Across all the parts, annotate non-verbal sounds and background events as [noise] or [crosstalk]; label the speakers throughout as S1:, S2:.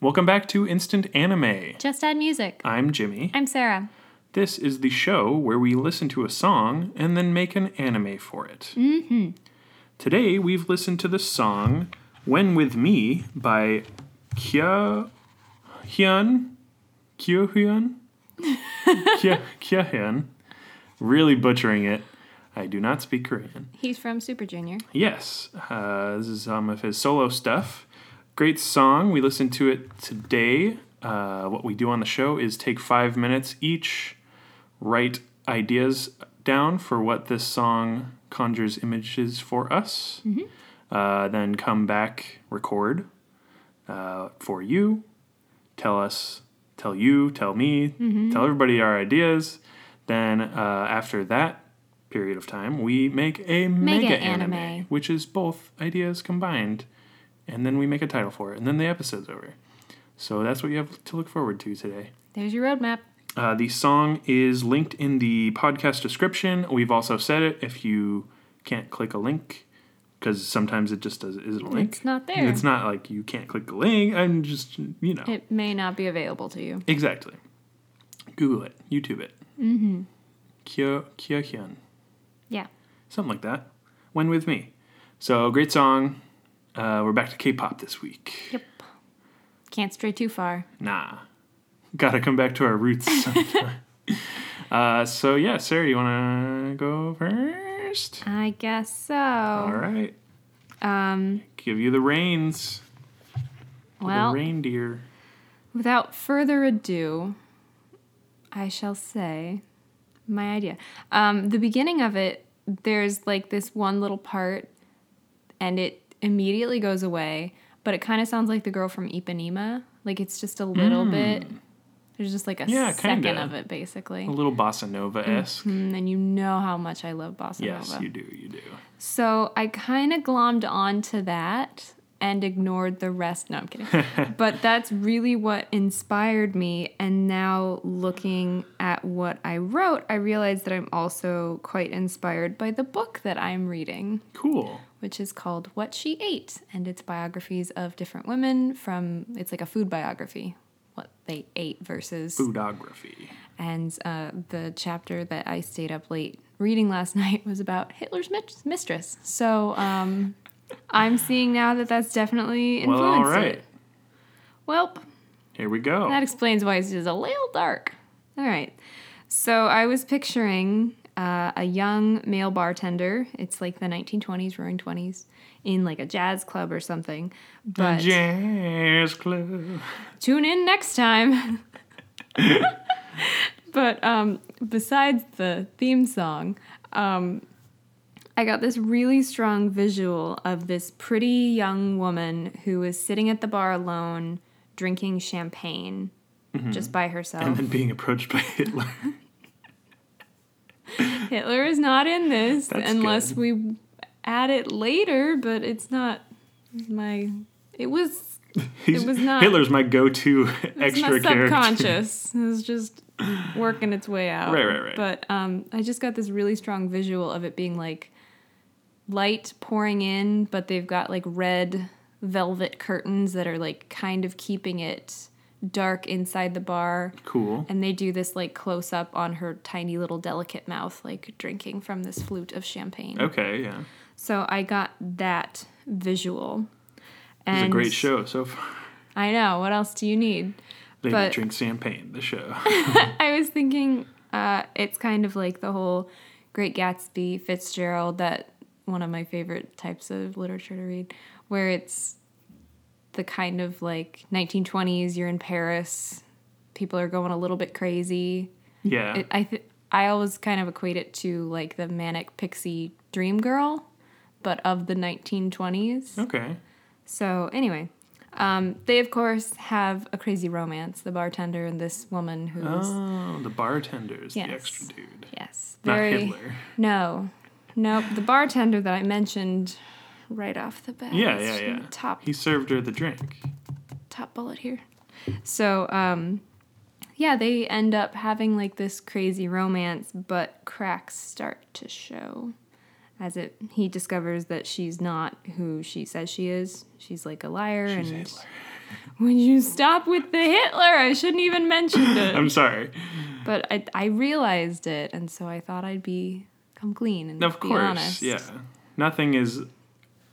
S1: Welcome back to Instant Anime.
S2: Just add music.
S1: I'm Jimmy.
S2: I'm Sarah.
S1: This is the show where we listen to a song and then make an anime for it. Mm-hmm. Today we've listened to the song When With Me by Kya Hyun. Kyo Hyun? Kya Kya Hyun. Really butchering it. I do not speak Korean.
S2: He's from Super Junior.
S1: Yes, uh, this is some of his solo stuff. Great song. We listened to it today. Uh, what we do on the show is take five minutes each, write ideas down for what this song conjures images for us, uh, then come back, record uh, for you, tell us, tell you, tell me, tell everybody our ideas. Then uh, after that period of time, we make a mega,
S2: anime.
S1: anime, which is both ideas combined, and then we make a title for it, and then the episode's over. So that's what you have to look forward to today.
S2: There's your roadmap.
S1: Uh, the song is linked in the podcast description. We've also said it if you can't click a link, because sometimes it just does, isn't a link.
S2: It's not there.
S1: It's not like you can't click the link. I'm just, you know.
S2: It may not be available to you.
S1: exactly. Google it, YouTube it. Mm-hmm. Kyo Hyun.
S2: Yeah.
S1: Something like that. When with me. So great song. Uh, we're back to K pop this week.
S2: Yep. Can't stray too far.
S1: Nah. Gotta come back to our
S2: [laughs]
S1: roots sometime. uh, so, yeah, Sarah, you wanna go first?
S2: I guess so.
S1: All right.
S2: Um,
S1: Give you the reins.
S2: well,
S1: the reindeer.
S2: without further ado, I shall say my idea. Um, the beginning of it, there's like this one little part, and it immediately goes away, but it kind of sounds like the girl from Ipanema. Like it's just a little bit. There's just like a
S1: Hmm. Yeah,
S2: second
S1: kinda.
S2: of it, basically.
S1: A little bossa nova esque.
S2: Mm, and you know how much I love bossa
S1: Yes,
S2: nova.
S1: you do. You do.
S2: So I kind of glommed onto that and ignored the rest. No,
S1: [laughs]
S2: I'm kidding. but that's really what inspired me. And now looking at what I wrote, I realize that I'm also quite inspired by the book that I'm reading,
S1: Cool.
S2: which is called What She Ate, and it's biographies of different women from. It's like a food biography. What they ate versus
S1: Foodography.
S2: and uh, the chapter that I stayed up late reading last [laughs] night was about Hitler's mit- mistress. So um, I'm seeing now that that's definitely
S1: Well,
S2: influenced
S1: all
S2: it.
S1: right.
S2: Welp,
S1: Here we go.
S2: that explains why it's just a little dark. All right. So I was picturing uh, a young male bartender. It's like the 1920s, roaring 20s, in like a jazz club or something. But
S1: Jazz club.
S2: tune in next time. [laughs] but um, besides the theme song, um, I got this really strong visual of this pretty young woman who is sitting at the bar alone drinking champagne just by
S1: Mm-hmm. And
S2: herself.
S1: then being approached by Hitler.
S2: [laughs] Hitler is not in this
S1: That's
S2: unless
S1: good.
S2: we add it later, but it's not my. [laughs] It was
S1: He's-
S2: was not-
S1: Hitler's my go-to
S2: It's
S1: extra
S2: my
S1: character. [laughs]
S2: subconscious is just working its way out.
S1: Right, right, right.
S2: But um, I just got this really strong visual of it being like light pouring in, but they've got like red velvet curtains that are like kind of keeping it dark inside the bar.
S1: Cool.
S2: And they do this like close up on her tiny little delicate mouth, like drinking from this flute of champagne.
S1: Okay, yeah.
S2: So I got that visual.
S1: It's
S2: And
S1: a great show so far.
S2: I know. What else do you need?
S1: Lady
S2: But-
S1: drinks champagne. The
S2: [laughs]
S1: show. [laughs]
S2: I was thinking uh, it's kind of like the whole Great Gatsby, Fitzgerald, that one of my favorite types of literature to read, where it's the kind of like 1920s, you're in Paris, people are going a little bit crazy.
S1: Yeah.
S2: It, I, th- I always kind of equate it to like the manic pixie dream girl, but of the 1920s.
S1: okay.
S2: So anyway, um, they of course have a crazy romance, the bartender and this woman who's
S1: Oh, the bartender's the
S2: Yes.
S1: extra dude.
S2: Yes.
S1: Not
S2: Very.
S1: Hitler.
S2: No. Nope. The bartender that I mentioned right off the bat.
S1: Yeah,
S2: It's
S1: yeah, yeah.
S2: Top
S1: He served her the drink.
S2: top bullet here. So, um yeah, they end up having like this crazy romance, but cracks start to show as it he discovers that she's not who she says she is. She's like a liar
S1: She's
S2: and [laughs]
S1: Hitler.
S2: Would you stop with the Hitler? I shouldn't even mention it.
S1: I'm sorry.
S2: but I, I realized it, and so I thought I'd be come clean and
S1: Of
S2: be
S1: course,
S2: honest.
S1: yeah. Nothing is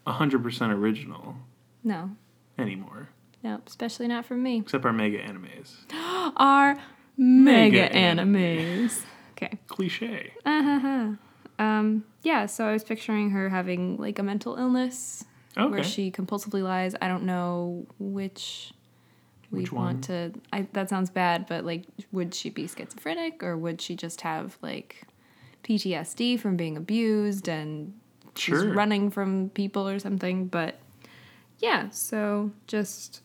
S1: 100% original
S2: No,
S1: anymore,
S2: no, especially not from me.
S1: except our mega animes.
S2: Our mega,
S1: Mega
S2: animes. okay.
S1: Cliche.
S2: Uh, Um. Yeah. So I was picturing her having like a mental illness
S1: Okay.
S2: where she compulsively lies. I don't know which. We
S1: Which
S2: want to. I, that sounds bad, but like, would she be schizophrenic or would she just have like PTSD from being abused and she's
S1: sure.
S2: running from people or something. But yeah, so just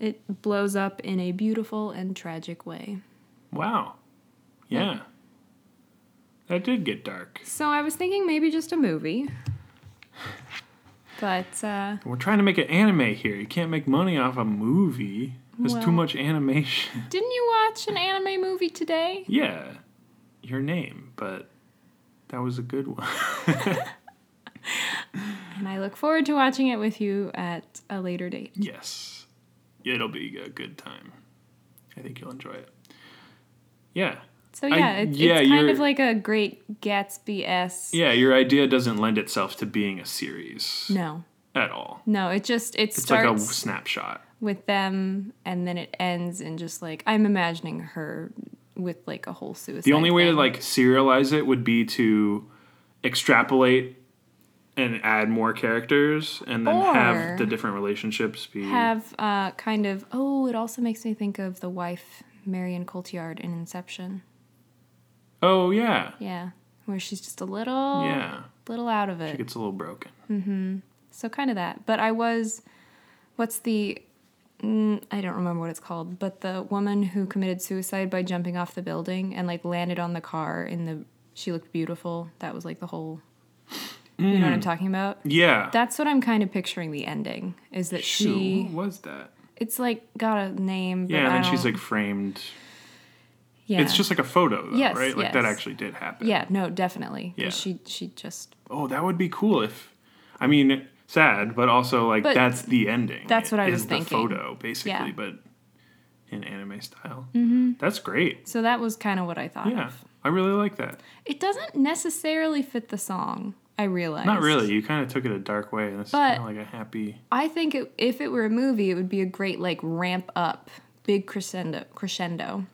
S2: it blows up in a beautiful and tragic way.
S1: Wow. Yeah. That did get dark.
S2: So I was thinking maybe just a movie. But uh,
S1: We're trying to make an anime here. You can't make money off a movie. There's too
S2: Well-
S1: much animation.
S2: didn't you watch an anime movie today?
S1: yeah. Your name, but that was a good one. [laughs]
S2: And I look forward to watching it with you at a later date.
S1: Yes. It'll be a good time. I think you'll enjoy it. Yeah.
S2: So
S1: I-
S2: yeah, it,
S1: yeah,
S2: it's kind
S1: you're-
S2: of like a great Gatsby s.
S1: Yeah, your idea doesn't lend itself to being a series
S2: No,
S1: at all.
S2: no, it just it
S1: It's
S2: starts.
S1: like a snapshot.
S2: with them and then it ends in just like I'm imagining her with like a whole suicide.
S1: The only way to
S2: thing.
S1: like serialize it would be to extrapolate and add more characters and then
S2: Or-
S1: have the different relationships be
S2: have uh, kind of oh, it also makes me think of the wife Marion Cotillard in Inception.
S1: Oh yeah.
S2: Yeah, where she's just a little
S1: Yeah.
S2: little out of it.
S1: It gets a little broken.
S2: So kind of that. But I was what's the mm, I don't remember what it's called, but the woman who committed suicide by jumping off the building and like landed on the car in the she looked beautiful. That was like the whole You know
S1: Mm.
S2: what I'm talking about?
S1: Yeah.
S2: That's what I'm kind of picturing the ending is that
S1: Shoot,
S2: she
S1: what was that?
S2: it's like got a name but
S1: Yeah, and
S2: I
S1: then she's
S2: don't-
S1: like framed.
S2: yeah.
S1: It's just like a photo though,
S2: Yes,
S1: right? Like that
S2: yes.
S1: actually did happen.
S2: yeah, no, definitely. 'Cause
S1: Yeah.
S2: She she just
S1: Oh, that would be cool if I mean sad, but also like
S2: But
S1: that's the ending.
S2: that's what I
S1: is
S2: was
S1: the
S2: thinking.
S1: photo basically,
S2: Yeah.
S1: but in anime style. Mm-hmm. That's great.
S2: so that was kind of what I thought.
S1: Yeah.
S2: of.
S1: I really like that.
S2: It doesn't necessarily fit the song. I realize.
S1: Not really. You kind of took it a dark way. and This
S2: But-
S1: is kind of like a happy.
S2: I think it, if it were a movie, it would be a great like ramp up, big crescendo, crescendo,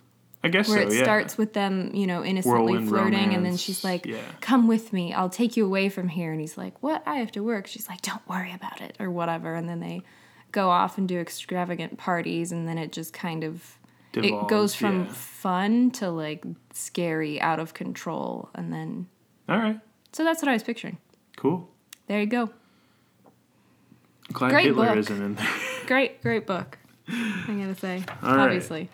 S1: I guess
S2: where
S1: so.
S2: it
S1: yeah.
S2: starts with them, you know, innocently
S1: Whirlwind
S2: flirting, and then
S1: romance,
S2: she's like,
S1: yeah.
S2: "Come with me, I'll take you away from here," and he's like, "What? I have to work." She's like, "Don't worry about it," or whatever, and then they go off and do extravagant parties, and then it just kind of it
S1: Devolves,
S2: goes from
S1: yeah.
S2: fun to like scary, out of control, and then
S1: All right.
S2: so that's what I was picturing.
S1: Cool.
S2: There you go.
S1: Glad
S2: Great
S1: Hitler
S2: book.
S1: isn't in there.
S2: Great, great book. I'm gonna say,
S1: All right.
S2: obviously,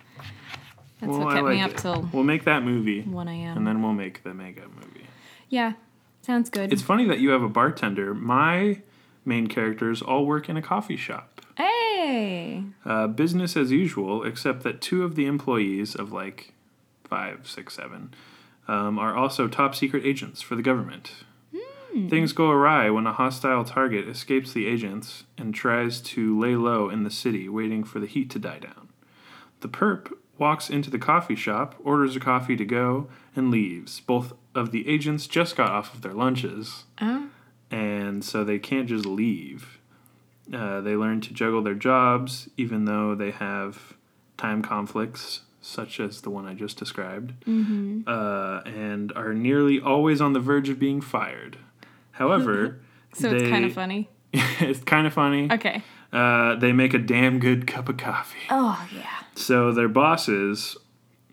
S2: that's
S1: Well,
S2: what
S1: I
S2: kept me
S1: like
S2: up
S1: it.
S2: till
S1: We'll make that movie,
S2: one a.m.
S1: and then we'll make the mega movie.
S2: yeah, sounds good.
S1: It's funny that you have a bartender. My main characters all work in a coffee shop.
S2: hey,
S1: Uh, business as usual, except that two of the employees of like five, six, seven um, are also top secret agents for the government. Things go awry when a hostile target escapes the agents and tries to lay low in the city, waiting for the heat to die down. The perp walks into the coffee shop, orders a coffee to go, and leaves. Both of the agents just got off of their lunches,
S2: Oh.
S1: and so they can't just leave. Uh, they learn to juggle their jobs, even though they have time conflicts, such as the one I just described,
S2: Mm-hmm.
S1: uh, and are nearly always on the verge of being fired. However,
S2: [laughs] so it's kind
S1: they-
S2: of funny.
S1: [laughs] it's kind of funny.
S2: Okay.
S1: Uh, they make a damn good cup of coffee.
S2: Oh yeah.
S1: So their bosses,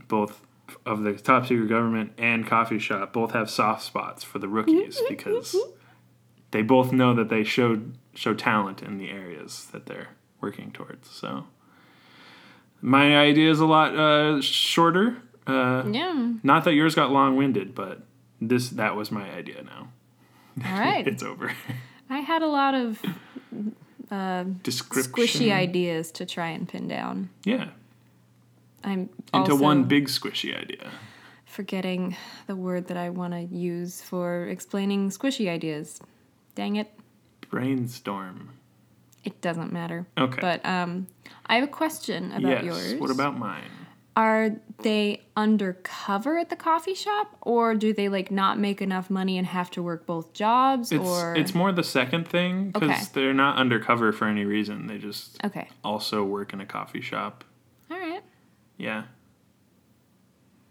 S1: both of the top secret government and coffee shop, both have soft spots for the rookies
S2: Mm-hmm.
S1: because they both know that they showed show talent in the areas that they're working towards. So my idea is a lot uh, shorter. Uh,
S2: Yeah.
S1: not that yours got long winded, but this that was my idea. Now
S2: All
S1: [laughs]
S2: right.
S1: it's over.
S2: I had a lot of uh,
S1: Description.
S2: squishy ideas to try and pin down.
S1: Yeah,
S2: I'm
S1: into
S2: also
S1: one big squishy idea.
S2: forgetting the word that I want to use for explaining squishy ideas. Dang it.
S1: Brainstorm.
S2: It doesn't matter.
S1: Okay.
S2: But um, I have a question
S1: yes.
S2: about yours.
S1: What about mine?
S2: Are they undercover at the coffee shop, or do they like not make enough money and have to work both jobs?
S1: It's
S2: or
S1: it's more the second thing because
S2: Okay.
S1: they're not undercover for any reason. They just
S2: okay.
S1: also work in a coffee shop.
S2: All right.
S1: Yeah. [laughs]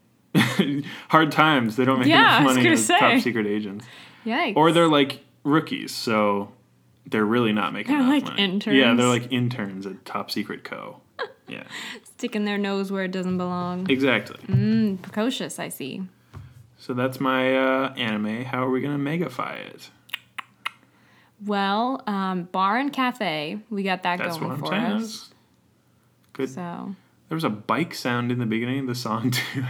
S1: Hard times. They don't make
S2: Yeah, I
S1: enough
S2: was
S1: money
S2: gonna
S1: as
S2: say.
S1: top secret agents.
S2: Yikes.
S1: Or they're like rookies, so they're really not making
S2: They're
S1: enough
S2: like
S1: money. Yeah,
S2: interns.
S1: they're like interns at Top Secret
S2: [laughs]
S1: Co. Yeah.
S2: sticking their nose where it doesn't belong.
S1: Exactly.
S2: Mm, precocious, I see.
S1: So that's my uh, anime. How are we gonna megafy it?
S2: Well, um, bar and cafe, we got that
S1: That's
S2: going
S1: what I'm
S2: for
S1: saying.
S2: us.
S1: That's Good.
S2: So
S1: There was a bike sound in the beginning of the song [laughs] too.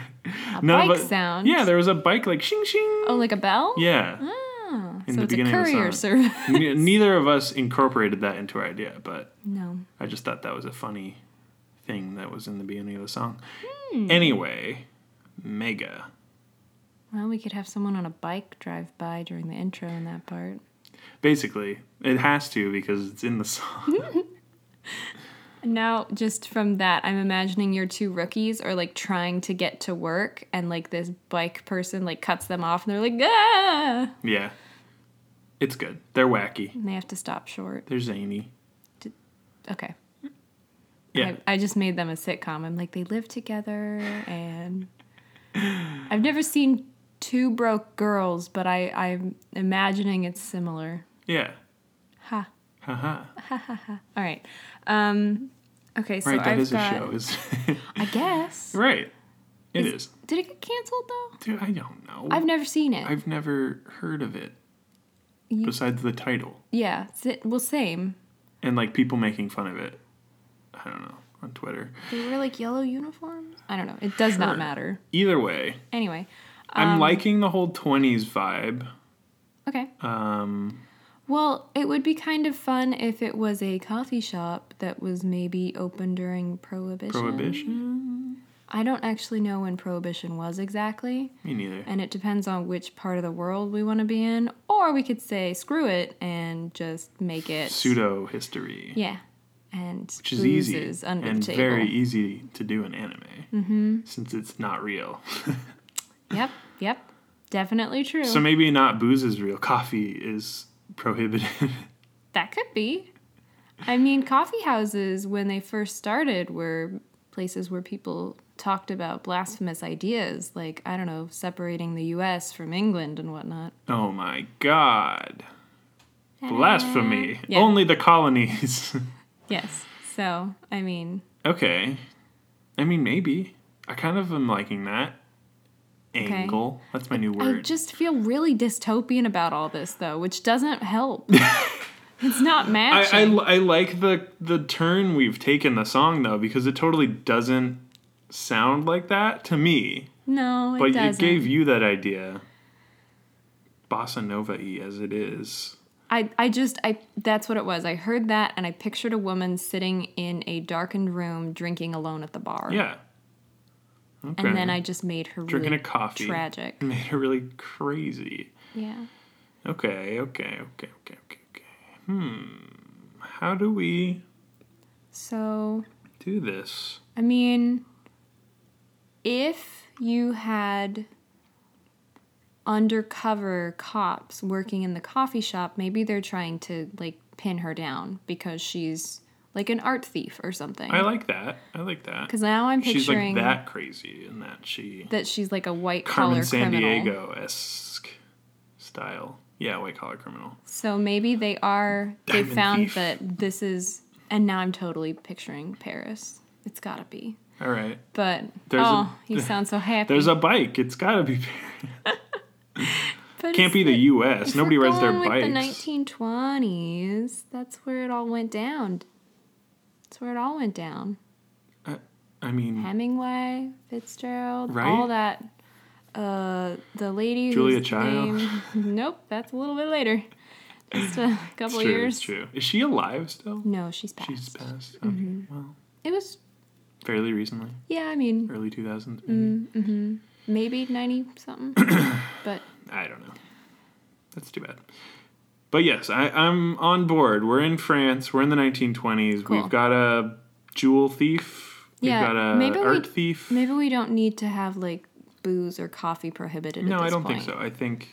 S2: a
S1: No,
S2: bike
S1: but-
S2: sound.
S1: Yeah, there was a bike like shing shing.
S2: Oh, like a bell.
S1: Yeah.
S2: Ah,
S1: In
S2: so
S1: the
S2: it's a
S1: beginning of the
S2: courier
S1: song.
S2: service. [laughs]
S1: Ne- neither of us incorporated that into our idea, but
S2: no.
S1: I just thought that was a funny thing that was in the beginning of the song.
S2: Hmm.
S1: Anyway, mega.
S2: Well, we could have someone on a bike drive by during the intro in that part.
S1: Basically, it has to because it's in the [laughs] song.
S2: Now, just from that, I'm imagining your two rookies are like trying to get to work, and like this bike person like cuts them off, and they're like, ah,
S1: yeah. It's good. They're wacky.
S2: and they have to stop short.
S1: They're zany.
S2: Okay.
S1: Yeah.
S2: I, I just made them a sitcom. I'm like, they live together, and [laughs] I've never seen two broke girls, but I, I'm imagining it's similar.
S1: Yeah.
S2: Ha.
S1: Haha.
S2: All right. Um, okay, so
S1: Right, that
S2: I've
S1: is
S2: got,
S1: a show. Is
S2: I
S1: [laughs]
S2: guess.
S1: right. It
S2: Is-
S1: is.
S2: Did it get canceled though?
S1: Dude, I don't know.
S2: I've never seen it.
S1: I've never heard of it
S2: You-
S1: besides the title
S2: yeah. si- Well, same.
S1: and like people making fun of it. I don't know on Twitter.
S2: They wear like yellow uniforms. I don't know. It does not
S1: Sure.
S2: matter.
S1: Either way,
S2: Anyway. Um,
S1: I'm liking the whole 20s vibe.
S2: Okay.
S1: Um,
S2: Well, it would be kind of fun if it was a coffee shop that was maybe open during Prohibition.
S1: prohibition?
S2: I don't actually know when Prohibition was exactly,
S1: Me neither.
S2: and it depends on which part of the world we want to be in. Or we could say screw it and just make it
S1: Pseudo history,
S2: Yeah, and
S1: which is easy
S2: boozes under
S1: and
S2: the table.
S1: very e- easy to do in anime mm-hmm. since it's not real.
S2: Yep, yep, definitely true.
S1: so maybe not booze is real. Coffee is prohibited. [laughs]
S2: that could be. I mean, coffee houses when they first started were places where people talked about blasphemous ideas, like I don't know, separating the U.S. from England and whatnot.
S1: oh my god. Blasphemy.
S2: Yeah.
S1: Only the colonies. [laughs]
S2: Yes. So I mean,
S1: okay. I mean, maybe. I kind of am liking that. Angle. That's my new
S2: I
S1: word.
S2: just feel really dystopian about all this, though, which
S1: [laughs]
S2: doesn't help. it's not matching.
S1: I, I, li- I like the the turn we've taken the song though because it totally doesn't sound like that to me.
S2: no, it
S1: But
S2: doesn't.
S1: it gave you that idea, bossa nova y as it is.
S2: I, I just I that's what it was. I heard that and I pictured a woman sitting in a darkened room drinking alone at the bar.
S1: Yeah. Okay.
S2: And then I just made her
S1: drinking
S2: really
S1: a coffee [laughs]
S2: tragic.
S1: made it really crazy.
S2: Yeah.
S1: Okay, okay, okay, okay, okay, okay. Hmm. How do we
S2: So
S1: do this?
S2: I mean if you had undercover cops working in the coffee shop, maybe they're trying to like pin her down because she's like an art thief or something.
S1: I like that. I like that.
S2: Because now I'm
S1: She's like
S2: picturing that.
S1: that crazy and that she
S2: she's like a white
S1: Carmen
S2: collar
S1: San
S2: criminal.
S1: Diego esque style. Yeah, white collar criminal.
S2: So maybe they are. They
S1: Diamond
S2: found
S1: thief.
S2: that this is, and now I'm totally picturing Paris. It's gotta be.
S1: All right.
S2: But
S1: There's a-
S2: oh, you
S1: [laughs]
S2: sound so happy.
S1: There's a bike. It's got to be. [laughs]
S2: But
S1: Can't be
S2: it's
S1: the
S2: like-
S1: U.S.
S2: if
S1: Nobody
S2: we're
S1: rides their
S2: going with
S1: bikes.
S2: The 1920s. That's where it all went down. That's where it all went down.
S1: I mean,
S2: Hemingway, Fitzgerald,
S1: Right?
S2: all that. Uh, the lady.
S1: Julia
S2: whose
S1: Child.
S2: name- [laughs] nope, that's a little bit later. Just a
S1: [laughs] it's
S2: couple
S1: true.
S2: years.
S1: It's true. Is she alive still?
S2: No, she's passed.
S1: She's passed. Okay.
S2: Mm-hmm.
S1: Well,
S2: It was.
S1: fairly recently,
S2: Yeah, I mean,
S1: early 2000s.
S2: Mm-hmm.
S1: Maybe. [coughs]
S2: maybe 90 something but
S1: I don't know. That's too bad. But yes, I, I'm on board. We're in France. We're in the 1920s.
S2: Cool.
S1: We've got a jewel thief.
S2: Yeah,
S1: We've got a
S2: maybe we-
S1: art thief.
S2: Maybe we don't need to have like booze or coffee prohibited.
S1: no,
S2: at
S1: I
S2: this
S1: don't
S2: point.
S1: think so. I think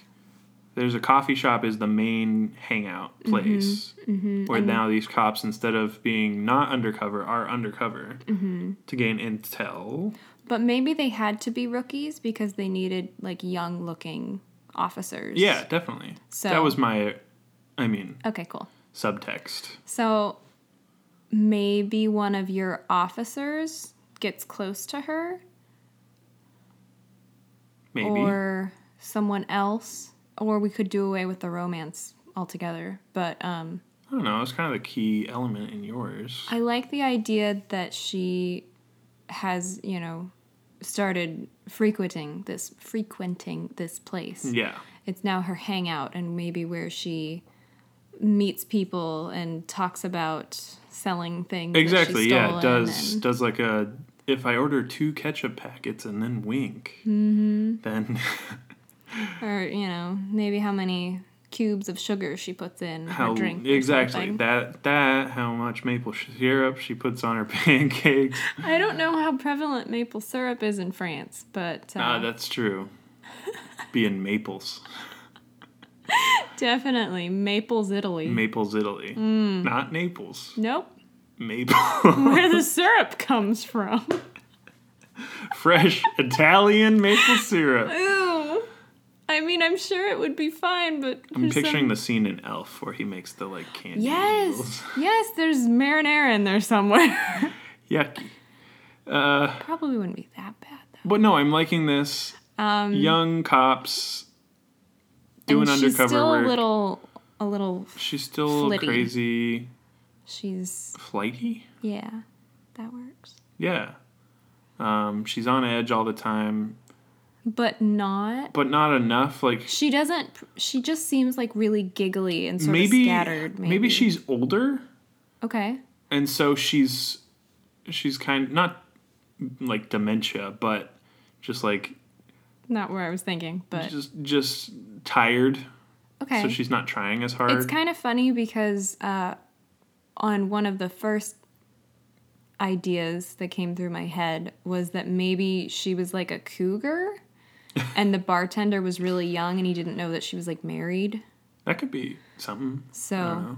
S1: there's a coffee shop is the main hangout
S2: Mm-hmm,
S1: place where now these cops, instead of being not undercover, are undercover
S2: Mm-hmm.
S1: to gain intel.
S2: But maybe they had to be rookies because they needed like young looking officers.
S1: Yeah, definitely.
S2: So-
S1: that was my, I mean,
S2: Okay, cool.
S1: subtext.
S2: So maybe one of your officers gets close to her
S1: Maybe.
S2: or someone else or we could do away with the romance altogether. But um
S1: I don't know. It's kind of the key element in yours.
S2: I like the idea that she has, you know, started frequenting this frequenting this place.
S1: yeah.
S2: It's now her hangout and maybe where she meets people and talks about selling things. that she's
S1: Exactly. Yeah. It
S2: stolen
S1: does
S2: and-
S1: does like a if I order two ketchup packets and then wink,
S2: Mm-hmm.
S1: then [laughs]
S2: or you know, maybe how many cubes of sugar she puts in
S1: how
S2: her drink. or
S1: exactly
S2: something.
S1: that that how much maple syrup she puts on her [laughs] pancakes.
S2: I don't know how prevalent maple syrup is in France, but uh,
S1: Ah, that's true. Being maples,
S2: definitely maples Italy.
S1: maples Italy,
S2: Mm.
S1: not Naples,
S2: nope. [laughs]
S1: maple, [laughs]
S2: Where the syrup comes from. [laughs]
S1: fresh Italian maple syrup.
S2: Ooh. I mean, I'm sure it would be fine, but
S1: I'm
S2: there's some-
S1: picturing the scene in Elf where he makes the like candy. noodles. [laughs]
S2: Yes, yes. There's marinara in there somewhere. [laughs]
S1: Yucky. Uh,
S2: Probably wouldn't be that bad though.
S1: But no, I'm liking this.
S2: Um,
S1: Young cops doing
S2: and
S1: undercover
S2: she's still
S1: work.
S2: a little, a little.
S1: she's still
S2: flitty.
S1: crazy
S2: She's
S1: flighty.
S2: yeah, that works.
S1: Yeah. Um, she's on edge all the time,
S2: But not.
S1: but not enough. Like
S2: She doesn't. She just seems like really giggly and sort
S1: maybe,
S2: of scattered. Maybe.
S1: she's older,
S2: Okay.
S1: and so she's she's kind not like dementia, but just like
S2: Not where I was thinking, but
S1: just just tired.
S2: okay.
S1: So she's not trying as hard.
S2: It's kind of funny because uh, on one of the first ideas that came through my head was that maybe she was like
S1: [laughs]
S2: a cougar and the bartender was really young and he didn't know that she was like married.
S1: that could be something. I don't
S2: So,
S1: know.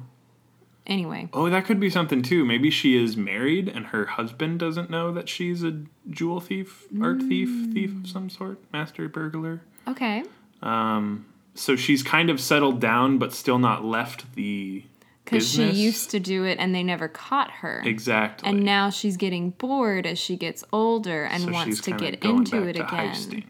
S2: anyway,
S1: Oh, that could be something too. Maybe she is married and her husband doesn't know that she's a jewel thief, art thief, thief of some sort, master burglar.
S2: okay.
S1: Um, so she's kind of settled down, but still not left the
S2: Because she
S1: business.
S2: used to do it and they never caught her.
S1: exactly.
S2: And now she's getting bored as she gets older and
S1: So
S2: wants
S1: she's
S2: to
S1: kinda
S2: get
S1: going
S2: into
S1: back
S2: it
S1: to
S2: again.
S1: heisting.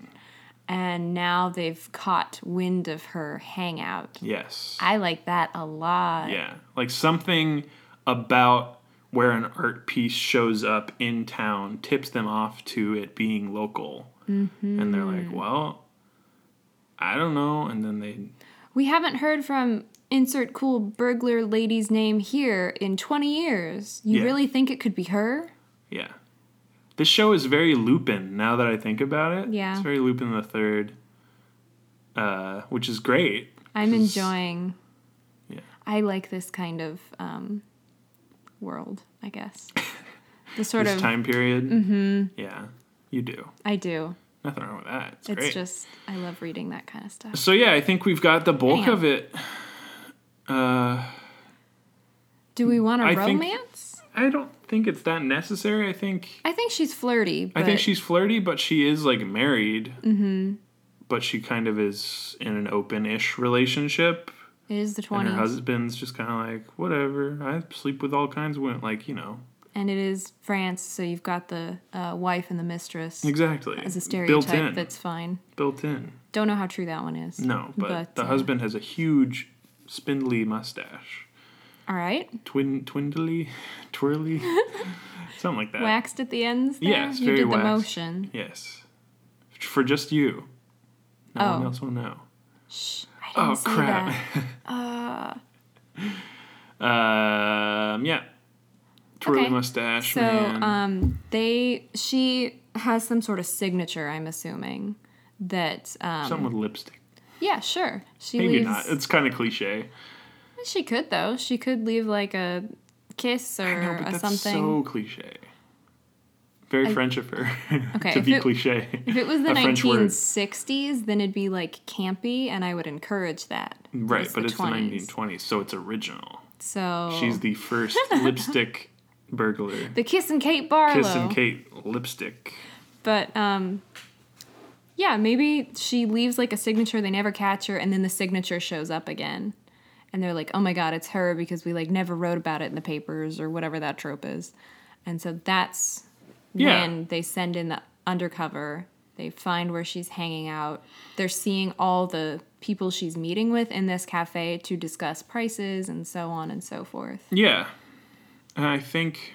S2: And now they've caught wind of her hangout.
S1: Yes.
S2: I like that a lot.
S1: yeah, like something about where an art piece shows up in town tips them off to it being local, and they're like,
S2: Mm-hmm.
S1: "Well, I don't know," and then they
S2: We haven't heard from insert cool burglar lady's name here in 20 years. You
S1: Yeah.
S2: really think it could be her?
S1: Yeah. This show is very Lupin now that I think about it.
S2: Yeah.
S1: It's very Lupin the Third, uh, which is great.
S2: I'm
S1: 'cause-
S2: enjoying.
S1: Yeah.
S2: I like this kind of um, world, I
S1: [laughs]
S2: guess. The sort
S1: This
S2: of
S1: time period. Mm-hmm. Yeah, you do.
S2: I do.
S1: Nothing wrong with that. It's,
S2: It's
S1: great.
S2: just I love reading that kind of stuff.
S1: So yeah, I think we've got the bulk
S2: Anyhow.
S1: of it. Uh,
S2: Do we want a
S1: I think-
S2: romance?
S1: I don't think it's that necessary. I think
S2: I think she's flirty. But
S1: I think she's flirty, but she is like married. Mm-hmm. But she kind of is in an open-ish relationship.
S2: it is the
S1: And her
S2: 20s,
S1: husband's just kind of like, whatever. I sleep with all kinds of women. Like, you know.
S2: and it is France, so you've got the uh, wife and the mistress
S1: Exactly.
S2: as a
S1: Built
S2: stereotype.
S1: in.
S2: That's fine.
S1: Built in.
S2: Don't know how true that one is.
S1: No, but,
S2: But,
S1: the
S2: uh,
S1: husband has a huge spindly mustache.
S2: All right.
S1: Twin, twindly?
S2: [laughs]
S1: Twirly? Something like that.
S2: waxed at the ends there?
S1: Yeah, it's Uh,
S2: you
S1: very
S2: did the
S1: waxed.
S2: motion.
S1: Yes. For just you. No one
S2: Oh.
S1: else will know.
S2: Shh, I didn't
S1: Oh,
S2: see
S1: crap. [laughs]
S2: that. Uh.
S1: um, yeah. Twirly
S2: Okay. Uh,
S1: mustache,
S2: so
S1: man.
S2: um, they she has some sort of signature, I'm assuming. That um,
S1: Something with lipstick.
S2: yeah, sure. She
S1: Maybe
S2: leaves
S1: not. It's kind of cliche.
S2: She could though. She could leave like a kiss or
S1: I know, but
S2: a
S1: that's
S2: something.
S1: so cliche. Very
S2: I-
S1: French of her
S2: Okay,
S1: [laughs] to
S2: if
S1: be
S2: it-
S1: cliche.
S2: If it was the
S1: a French word.
S2: 1960s, then it'd be like campy, and I would encourage that.
S1: [laughs] Right, but
S2: the
S1: it's
S2: 20s.
S1: the 1920s, so it's original.
S2: Oh. So
S1: She's the
S2: [laughs]
S1: first lipstick burglar.
S2: the Kiss and Kate Barlow.
S1: Kiss and Kate lipstick.
S2: But um, yeah, maybe she leaves like a signature. They never catch her, and then the signature shows up again, and they're like, "Oh my god, it's her!" Because we like never wrote about it in the papers or whatever that trope is. And so that's
S1: Yeah.
S2: when they send in the undercover. They find where she's hanging out. They're seeing all the people she's meeting with in this cafe to discuss prices and so on and so forth.
S1: Yeah. And I think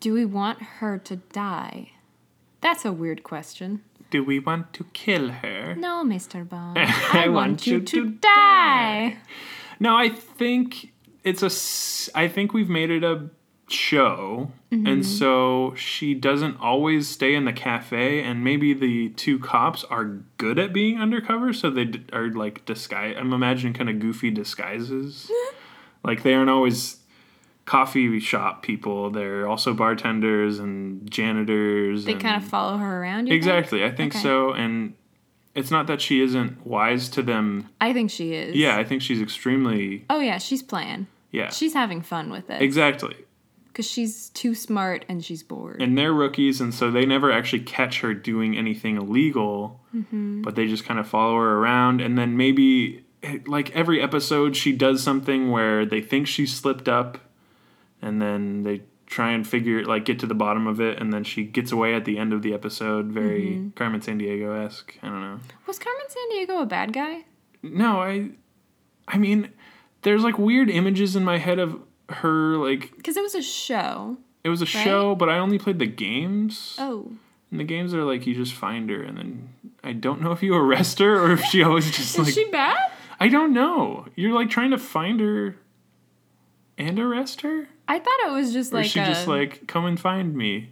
S2: Do we want her to die? That's a weird question.
S1: do we want to kill her?
S2: No,
S1: [laughs]
S2: Mr. Bond.
S1: I
S2: I want you to die.
S1: No, I think it's a s- I think we've made it a show.
S2: Mm-hmm.
S1: And so she doesn't always stay in the cafe and maybe the two cops are good at being undercover so they d- are like disguise I'm imagining kind of goofy
S2: [laughs]
S1: disguises. like they aren't always coffee shop people. They're also bartenders and janitors.
S2: They
S1: and
S2: kind of follow her around. You think?
S1: Exactly. I think
S2: Okay.
S1: so and it's not that she isn't wise to them.
S2: I think she is.
S1: Yeah, I think she's extremely
S2: Oh yeah, she's playing.
S1: yeah.
S2: She's having fun with it
S1: Exactly.
S2: because she's too smart and she's bored.
S1: And they're rookies, and so they never actually catch her doing anything illegal, but they just kind of follow her around. And then maybe, like every episode, she does something where they think she slipped up, and then they try and figure, like, get to the bottom of it, and then she gets away at the end of the episode, very Carmen San Diego esque. I don't know.
S2: Was Carmen San Diego a bad guy?
S1: No, I, I mean, there's like weird images in my head of her, like,
S2: Because it was a show.
S1: it was a show, but I only played the games.
S2: Oh,
S1: And the games are like you just find her and then I don't know if you arrest her or if she
S2: [laughs]
S1: always just
S2: is
S1: like
S2: she bad?
S1: I don't know. You're like trying to find her and arrest her?
S2: I thought it was just
S1: Or
S2: like um,
S1: is she
S2: a,
S1: just like, come and find me?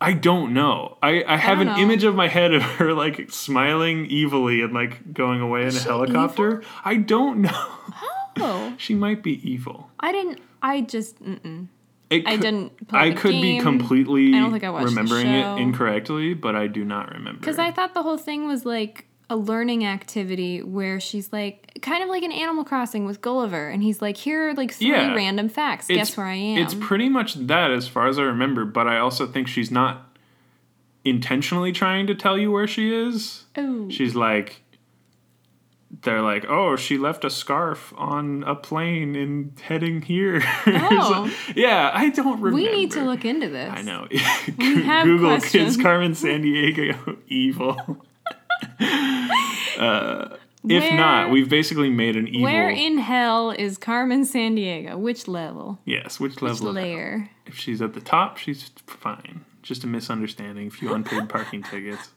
S1: I don't know. I, I have
S2: don't
S1: an
S2: know.
S1: image of my head of her like smiling evilly and like going away in a
S2: she
S1: helicopter. I don't know. [laughs]
S2: oh,
S1: She might be evil.
S2: I didn't. I just. Mm-mm.
S1: It
S2: I
S1: could-
S2: didn't. Play
S1: I
S2: the
S1: could be
S2: game.
S1: completely
S2: I don't think I watched the
S1: remembering
S2: show.
S1: it incorrectly, but I do not remember.
S2: Because I thought the whole thing was like a learning activity where she's like, kind of like an Animal Crossing with Gulliver, and he's like, here are like three
S1: Yeah.
S2: random facts. Guess where I am.
S1: It's pretty much that as far as I remember, but I also think she's not intentionally trying to tell you where she is.
S2: oh,
S1: She's like they're like, "Oh, she left a scarf on a plane and heading here." [laughs]
S2: Oh.
S1: So- yeah, I don't remember.
S2: we need to look into this.
S1: I know. [laughs]
S2: have
S1: Google
S2: questions.
S1: is Carmen San Diego [laughs] evil. Uh, if
S2: Where-
S1: not, we've basically made an evil.
S2: Where in hell is Carmen San Diego? Which level?
S1: yes, which
S2: Which
S1: level? of
S2: layer?
S1: If she's at the top, she's fine. Just a misunderstanding, a few
S2: [laughs]
S1: unpaid parking tickets.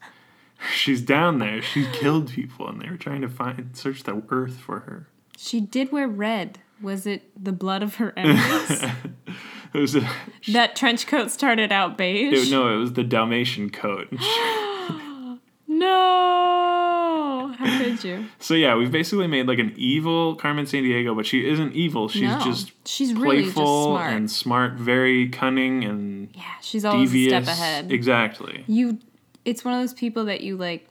S1: She's down there. She's killed people, and they were trying to find search the earth for her.
S2: She did wear red. Was it the blood of her
S1: [laughs]
S2: enemies?
S1: It was a,
S2: that trench coat started out beige?
S1: it- no, it was the Dalmatian coat.
S2: [gasps] No! How could
S1: [laughs]
S2: you?
S1: So yeah, we've basically made like an evil Carmen San Diego, but she isn't evil. She's
S2: No.
S1: just
S2: she's really just
S1: playful
S2: smart.
S1: and smart, very cunning and
S2: yeah, she's always
S1: devious.
S2: a step ahead.
S1: Exactly.
S2: you it's one of those people that you like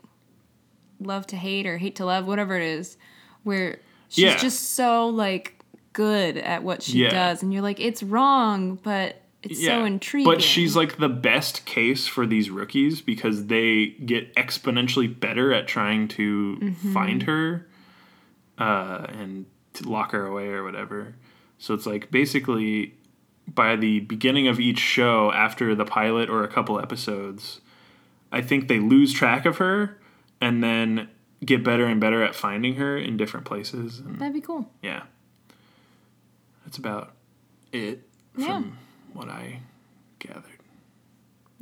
S2: love to hate or hate to love whatever it is where she's
S1: Yeah.
S2: just so like good at what she
S1: Yeah.
S2: does and you're like it's wrong but it's so intriguing
S1: But she's like the best case for these rookies because they get exponentially better at trying to
S2: Mm-hmm.
S1: find her uh, and to lock her away or whatever. So it's like basically by the beginning of each show after the pilot or a couple episodes, I think they lose track of her and then get better and better at finding her in different places. And
S2: that'd be cool
S1: yeah. That's about it from
S2: Yeah.
S1: what I gathered.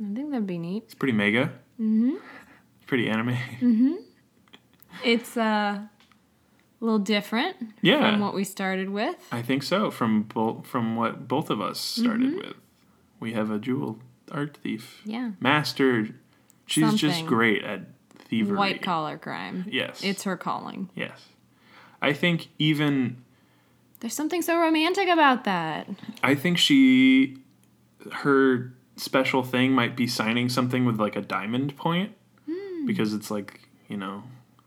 S2: i think that'd be neat
S1: It's pretty mega. Mm-hmm. Pretty anime.
S2: Mm-hmm. it's uh, a little different from
S1: [laughs] Yeah.
S2: what we started with
S1: I think so. From both from what both of us started
S2: Mm-hmm.
S1: with. We have a jewel art thief.
S2: yeah
S1: Master she's just
S2: Something.
S1: great at thievery.
S2: white collar crime
S1: Yes.
S2: it's her calling
S1: yes. I think even
S2: There's something so romantic about that.
S1: I think she her special thing might be signing something with like a diamond point
S2: Hmm.
S1: because it's like, you know,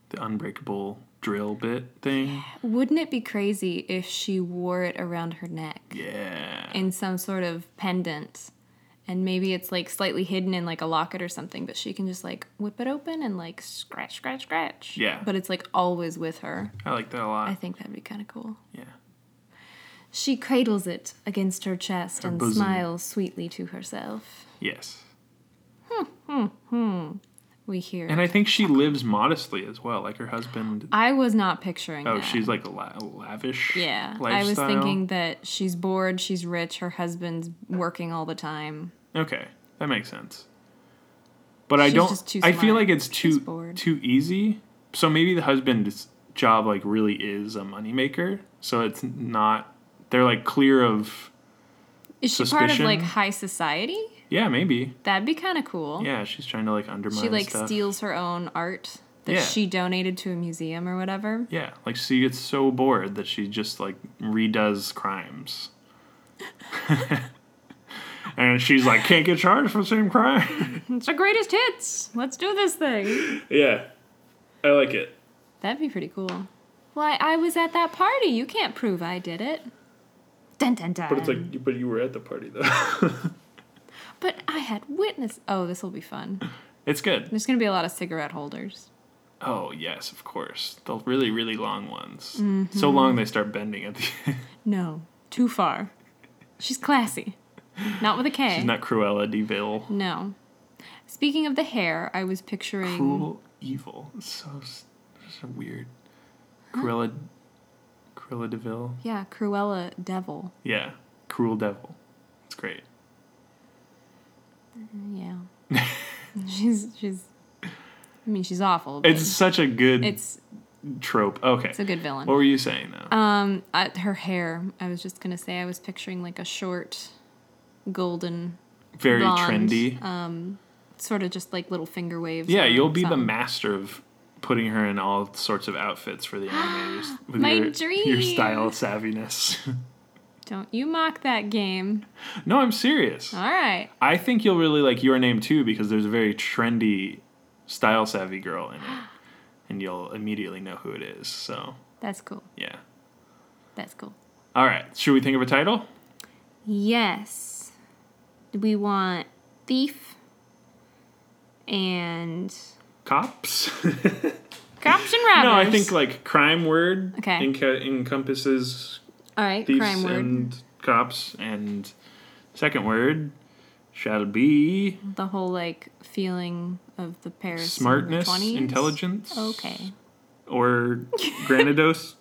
S1: the unbreakable drill bit thing.
S2: Wouldn't it be crazy if she wore it around her neck
S1: Yeah.
S2: in some sort of pendant? And maybe it's like slightly hidden in like a locket or something, but she can just like whip it open and like scratch, scratch, scratch.
S1: Yeah.
S2: But it's like always with her.
S1: I like that a lot.
S2: I think that'd be kind of cool.
S1: yeah.
S2: She cradles it against her chest and
S1: bosom.
S2: smiles sweetly to herself.
S1: Yes.
S2: We hear.
S1: And I think she lives modestly as well, like her husband.
S2: I was not picturing
S1: Oh,
S2: that.
S1: she's like a la- lavish.
S2: yeah. I was
S1: Lifestyle.
S2: thinking that she's bored, she's rich, her husband's working all the time.
S1: Okay, that makes sense. But I
S2: She's
S1: don't.
S2: just too
S1: I feel
S2: smart.
S1: like it's
S2: She's
S1: too
S2: bored.
S1: too easy. So maybe the husband's job like really is a moneymaker. So it's not. They're like clear of.
S2: Is she part of like
S1: Suspicion?
S2: high society?
S1: Yeah, maybe.
S2: That'd be kind of cool.
S1: Yeah, she's trying to like undermine.
S2: she like
S1: stuff.
S2: steals her own art that
S1: Yeah.
S2: she donated to a museum or whatever.
S1: Yeah, like she gets so bored that she just like redoes crimes. [laughs] and she's like, can't get charged for the same crime.
S2: It's her greatest hits. Let's do this thing.
S1: yeah, I like it.
S2: That'd be pretty cool. Why I was at that party. You can't prove I did it. Dun dun dun.
S1: like, but you were at the party though.
S2: But I had witness. Oh, this will be fun.
S1: it's good.
S2: There's gonna be a lot of cigarette holders.
S1: Oh yes, of course. The really, really long ones.
S2: Mm-hmm.
S1: So long they start bending at the. [laughs]
S2: No, too far. She's classy, not with a K.
S1: She's not Cruella Deville.
S2: no. Speaking of the hair, I was picturing.
S1: Cruel evil. It's So, s- so weird. Cruella. Cruella Deville.
S2: Yeah, Cruella Devil.
S1: Yeah, cruel devil. It's great. [laughs]
S2: Yeah. she's she's. I mean, she's awful. But
S1: It's
S2: it's
S1: such a good
S2: it's
S1: trope. Okay.
S2: a good villain.
S1: What were you saying though?
S2: Um, I, her hair. I was just gonna say I was picturing like a short, golden,
S1: Very
S2: blonde, uh,
S1: trendy.
S2: sort of just like little finger waves.
S1: yeah,
S2: or
S1: you'll be the
S2: something.
S1: master of putting her in all sorts of outfits for the animators with
S2: [gasps] My
S1: your, your
S2: dream.
S1: style savviness. [laughs]
S2: Don't you mock that game.
S1: no, I'm serious.
S2: All right.
S1: I think you'll really like your name too because there's a very trendy, style savvy girl in
S2: [gasps]
S1: it, and you'll immediately know who it is. So
S2: That's cool.
S1: yeah.
S2: That's cool.
S1: All right. Should we think of a title?
S2: Yes. We want thief and
S1: Cops. [laughs]
S2: cops and robbers.
S1: no, I think like crime word
S2: Okay.
S1: enca- encompasses
S2: All right,
S1: thieves
S2: crime word.
S1: and cops and second word shall be
S2: the whole like feeling of the Paris in the
S1: smartness
S2: 20s.
S1: intelligence
S2: Okay. [laughs]
S1: or grandiose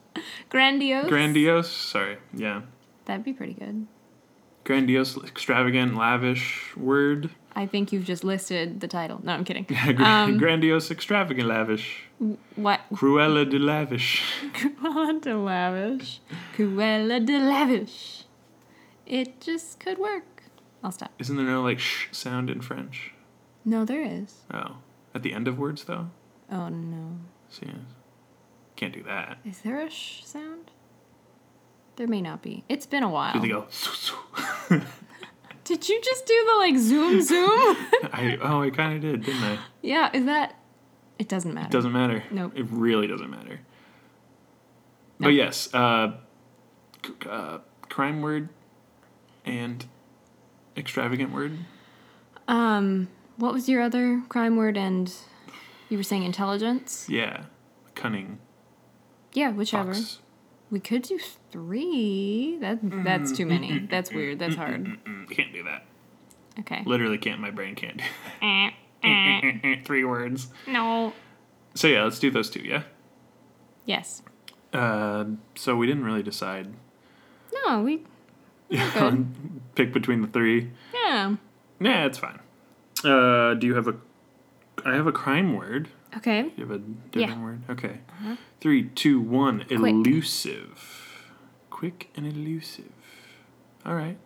S2: Grandiose.
S1: grandiose sorry yeah
S2: That'd be pretty good.
S1: grandiose extravagant lavish word [laughs]
S2: I think you've just listed the title. No, I'm kidding. [laughs]
S1: [laughs] grandiose extravagant lavish
S2: what? [laughs]
S1: cruella de lavish [laughs]
S2: Cruella de Lavish. Cruella de Lavish. It just could work. I'll stop.
S1: isn't there no like sh sound in french
S2: No, there is.
S1: oh at the end of words though
S2: Oh no.
S1: so yeah can't do that
S2: Is there a sh sound? There may not be. It's been a
S1: do they
S2: while.
S1: go
S2: Did you just do the like zoom
S1: [laughs]
S2: zoom?
S1: I, oh i kind of did didn't i
S2: [laughs] yeah, is that it doesn't matter.
S1: It doesn't matter.
S2: Nope.
S1: It really doesn't matter.
S2: No.
S1: But yes, uh, c- uh, crime word and extravagant word.
S2: Um what was your other crime word and you were saying intelligence?
S1: Yeah. Cunning.
S2: Yeah, whichever.
S1: Fox.
S2: We could do three. That that's too many. That's weird. That's hard.
S1: Mm, can't do that.
S2: Okay.
S1: Literally can't. My brain can't. do
S2: Eh, [laughs] eh,
S1: that. [laughs] Three words.
S2: no.
S1: So yeah, let's do those two, yeah?
S2: Yes.
S1: Uh, so we didn't really decide. [laughs]
S2: No, we
S1: Pick between the three.
S2: yeah.
S1: Nah, it's fine. Uh, do you have a... I have a crime word.
S2: Okay.
S1: You have a different word? Okay.
S2: Uh-huh.
S1: Three, two, one. Elusive. Quick and elusive. All right.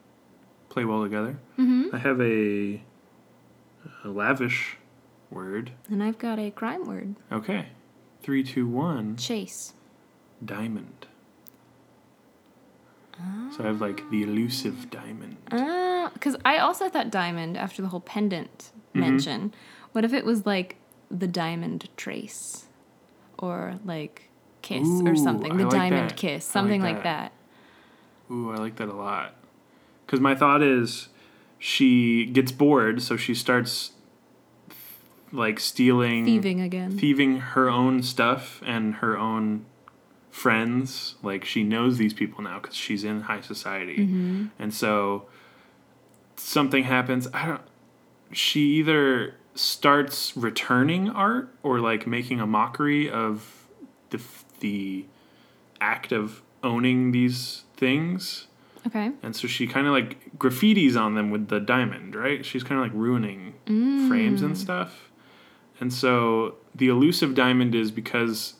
S1: Play well together.
S2: Mhm.
S1: I have a, a lavish word.
S2: And I've got a crime word.
S1: Okay. Three, two, one.
S2: Chase.
S1: diamond. So I have like the elusive diamond.
S2: Because Ah, I also thought diamond after the whole pendant
S1: Mm-hmm.
S2: mention. What if it was like the diamond trace or like kiss or
S1: Ooh,
S2: something?
S1: I
S2: The
S1: like
S2: diamond
S1: that. I like
S2: kiss, something like
S1: that.
S2: that.
S1: Ooh, I like that a lot. Because my thought is she gets bored, so she starts like stealing,
S2: Thieving again.
S1: thieving her own stuff and her own friends. Like she knows these people now because she's in high society, and so something happens. I don't. She either starts returning art or like making a mockery of the f- the act of owning these things.
S2: okay.
S1: And so she kind of like graffitis on them with the diamond, right? She's kind of like ruining
S2: Mm,
S1: frames and stuff. And so the elusive diamond is because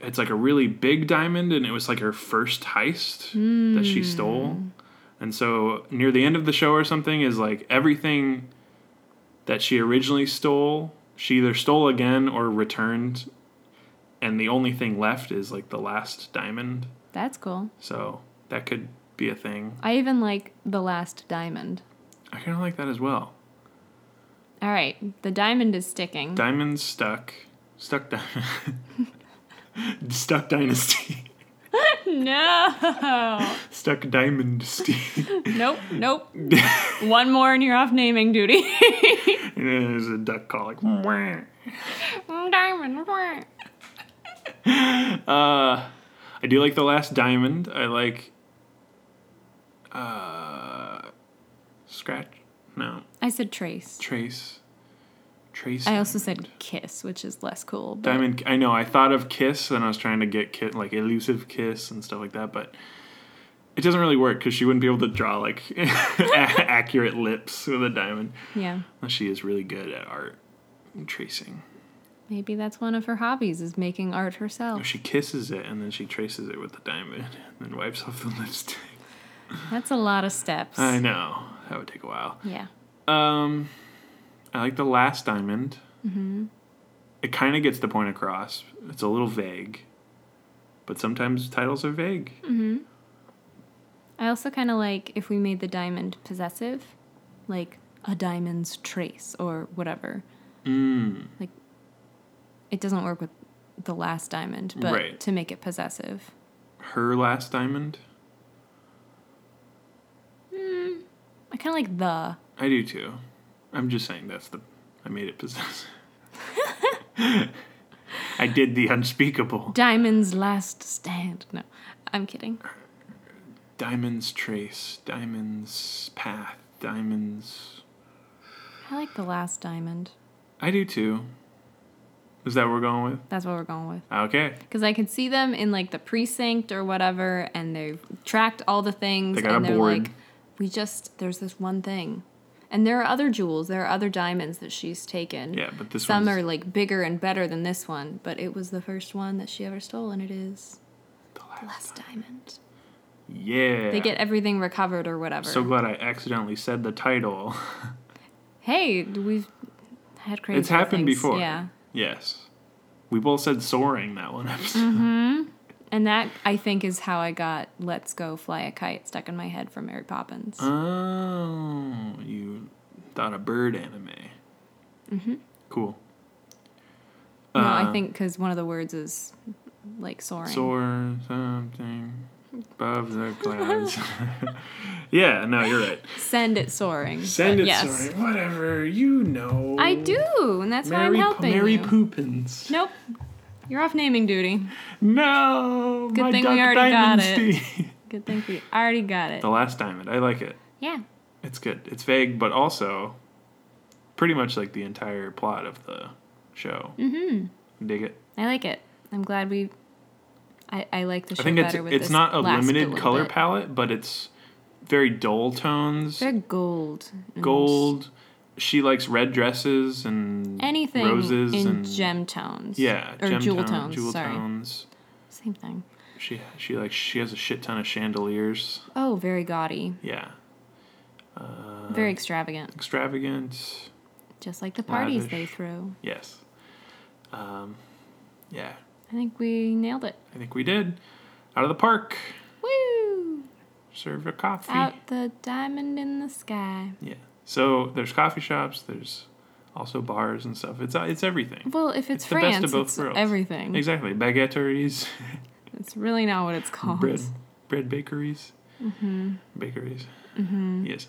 S1: it's like a really big diamond and it was like her first heist that she stole. And so near the end of the show or something is like everything that she originally stole, she either stole again or returned. And the only thing left is like the last diamond.
S2: That's cool.
S1: So that could be a thing.
S2: I even like the last diamond.
S1: I kind of like that as well.
S2: All right. The diamond is sticking.
S1: Diamonds stuck. Stuck diamond. [laughs] stuck dynasty.
S2: [laughs]
S1: [laughs]
S2: no.
S1: stuck diamond steve.
S2: nope. Nope. One more and you're off
S1: [laughs]
S2: naming duty.
S1: [laughs] and then there's a duck call like. "Mwah."
S2: diamond.
S1: Uh, I do like the last diamond. I like. Uh, scratch. No.
S2: I said trace.
S1: Trace. Trace.
S2: I also
S1: diamond.
S2: said kiss, which is less cool. But
S1: Diamond. I know. I thought of kiss, and I was trying to get ki- like elusive kiss and stuff like that, but it doesn't really work because she wouldn't be able to draw like [laughs] a- accurate lips with a diamond
S2: Yeah.
S1: unless she is really good at art and tracing.
S2: Maybe that's one of her hobbies is making art
S1: Or
S2: herself.
S1: she kisses it and then she traces it with the diamond and then wipes off the [laughs] lipstick.
S2: That's a lot of steps.
S1: I know that would take a while.
S2: Yeah.
S1: Um, I like the last diamond. Mm-hmm. It kind of gets the point across. It's a little vague, but sometimes titles are vague.
S2: I also kind of like if we made the diamond possessive, like a diamond's trace or whatever.
S1: Mm.
S2: It doesn't work with the last diamond, but
S1: Right.
S2: to make it possessive.
S1: her last diamond.
S2: I kind of like the.
S1: I do too. I'm just saying that's the I made it possessive. [laughs] I did the unspeakable.
S2: Diamond's last stand. No, I'm kidding.
S1: Diamonds trace, diamonds path, diamonds.
S2: I like the last diamond.
S1: I do too. Is that what we're going with?
S2: That's what we're going with.
S1: Okay.
S2: Because I could see them in like the precinct or whatever, and they've tracked all the things,
S1: They got
S2: and
S1: a
S2: they're
S1: board.
S2: like, "We just there's this one thing," and there are other jewels, there are other diamonds that she's taken.
S1: Yeah, but this
S2: Some
S1: one's
S2: are like bigger and better than this one, but it was the first one that she ever stole, and it is
S1: the last.
S2: the last diamond.
S1: Yeah.
S2: They get everything recovered or whatever.
S1: so glad I accidentally said the title. [laughs]
S2: hey, we've had crazy.
S1: it's happened
S2: things.
S1: before.
S2: Yeah,
S1: Yes. We both said soaring that one episode.
S2: and that I think is how I got "Let's Go Fly a Kite" stuck in my head from Mary Poppins.
S1: [laughs] Oh, you thought a bird anime. Mm-hmm.
S2: Mm-hmm.
S1: Cool.
S2: No, I
S1: Uh,
S2: think because one of the words is like soaring.
S1: Soar something above
S2: [laughs]
S1: the clouds. [laughs] yeah, no, you're right.
S2: Send it soaring.
S1: Send
S2: but
S1: it soaring. Whatever, you know.
S2: I do, and that's why I'm
S1: Mary, Po-
S2: helping
S1: Mary
S2: you.
S1: Poopins.
S2: Nope, you're off naming duty.
S1: No,
S2: Good
S1: my
S2: thing we
S1: duck
S2: already got
S1: diamonds
S2: [laughs]
S1: tea.
S2: Good thing we already got it.
S1: the last diamond. I like it.
S2: Yeah,
S1: It's good. It's vague, but also pretty much like the entire plot of the show. Mm-hmm. Dig it.
S2: I like it. I'm glad we. I, I like the show
S1: I think it's
S2: better with
S1: it's
S2: this
S1: not a
S2: last
S1: limited
S2: little
S1: color
S2: bit.
S1: palette, but it's very dull tones.
S2: They're gold. and
S1: gold. She likes red dresses and
S2: Anything
S1: roses
S2: in
S1: and
S2: gem tones.
S1: yeah,
S2: or
S1: gem
S2: jewel
S1: tone-
S2: tones.
S1: Jewel
S2: sorry,
S1: tones.
S2: same thing.
S1: She she likes she has a shit ton of chandeliers.
S2: Oh, very gaudy,
S1: Yeah. Uh,
S2: very extravagant,
S1: extravagant.
S2: just like the parties they
S1: lavish.
S2: throw.
S1: Yes. Um, yeah.
S2: I think we nailed it.
S1: I think we did. Out of the park.
S2: Woo!
S1: Serve a coffee.
S2: Out the diamond in the sky.
S1: Yeah. So there's coffee shops. There's also bars and stuff. It's it's everything.
S2: Well, if it's,
S1: It's the best
S2: France,
S1: of both
S2: it's
S1: worlds.
S2: everything.
S1: Exactly. Baguetteries,
S2: It's really not what it's called.
S1: bread bread bakeries,
S2: Mm-hmm.
S1: bakeries. Yes.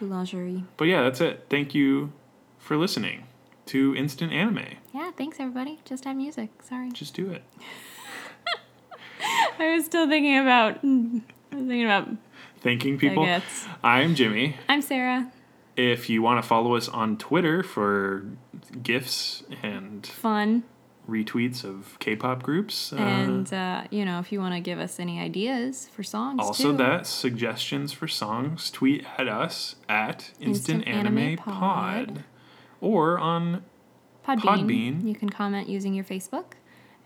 S2: Boulangerie.
S1: But yeah, that's it. Thank you for listening to Instant Anime.
S2: Yeah, thanks everybody. Just add music. Sorry.
S1: Just do it.
S2: [laughs] I was still thinking about. [laughs] I was thinking about
S1: Thanking people.
S2: baguettes.
S1: I'm Jimmy.
S2: I'm Sarah.
S1: If you want to follow us on Twitter for gifts and
S2: Fun.
S1: retweets of K-pop groups, uh,
S2: and, uh, you know, if you want to give us any ideas for songs,
S1: also
S2: too.
S1: that suggestions for songs, tweet at us at Instant,
S2: Instant
S1: Anime,
S2: Anime
S1: Pod.
S2: Pod.
S1: or on
S2: Podbean.
S1: Podbean.
S2: You can comment using your Facebook,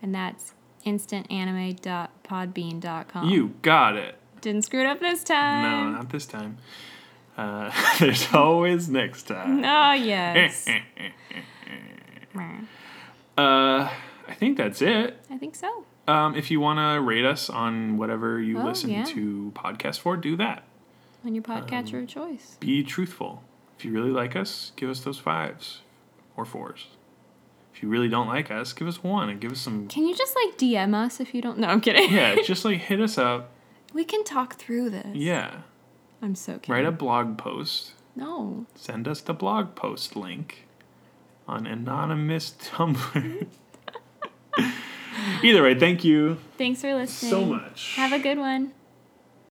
S2: and that's instantanime.podbean.com.
S1: you got it.
S2: Didn't screw it up this
S1: No,
S2: time.
S1: not this time. Uh, [laughs] there's always next time.
S2: Oh,
S1: Eh,
S2: yes.
S1: Uh, I think that's it.
S2: I think so.
S1: Um, if you want to rate us on whatever you
S2: Oh,
S1: listen
S2: yeah.
S1: to podcasts for, do that.
S2: On your podcatcher
S1: Um,
S2: of choice.
S1: Be truthful. If you really like us, give us those fives or fours. If you really don't like us, give us one and give us some.
S2: Can you just like DM us if you don't? No, I'm kidding.
S1: Yeah,
S2: [laughs]
S1: just like hit us up.
S2: We can talk through this.
S1: Yeah,
S2: I'm so kidding.
S1: write a blog post.
S2: No.
S1: Send us the blog post link on anonymous
S2: [laughs]
S1: Tumblr. Either way, thank you
S2: Thanks for listening.
S1: so much.
S2: Have a good one.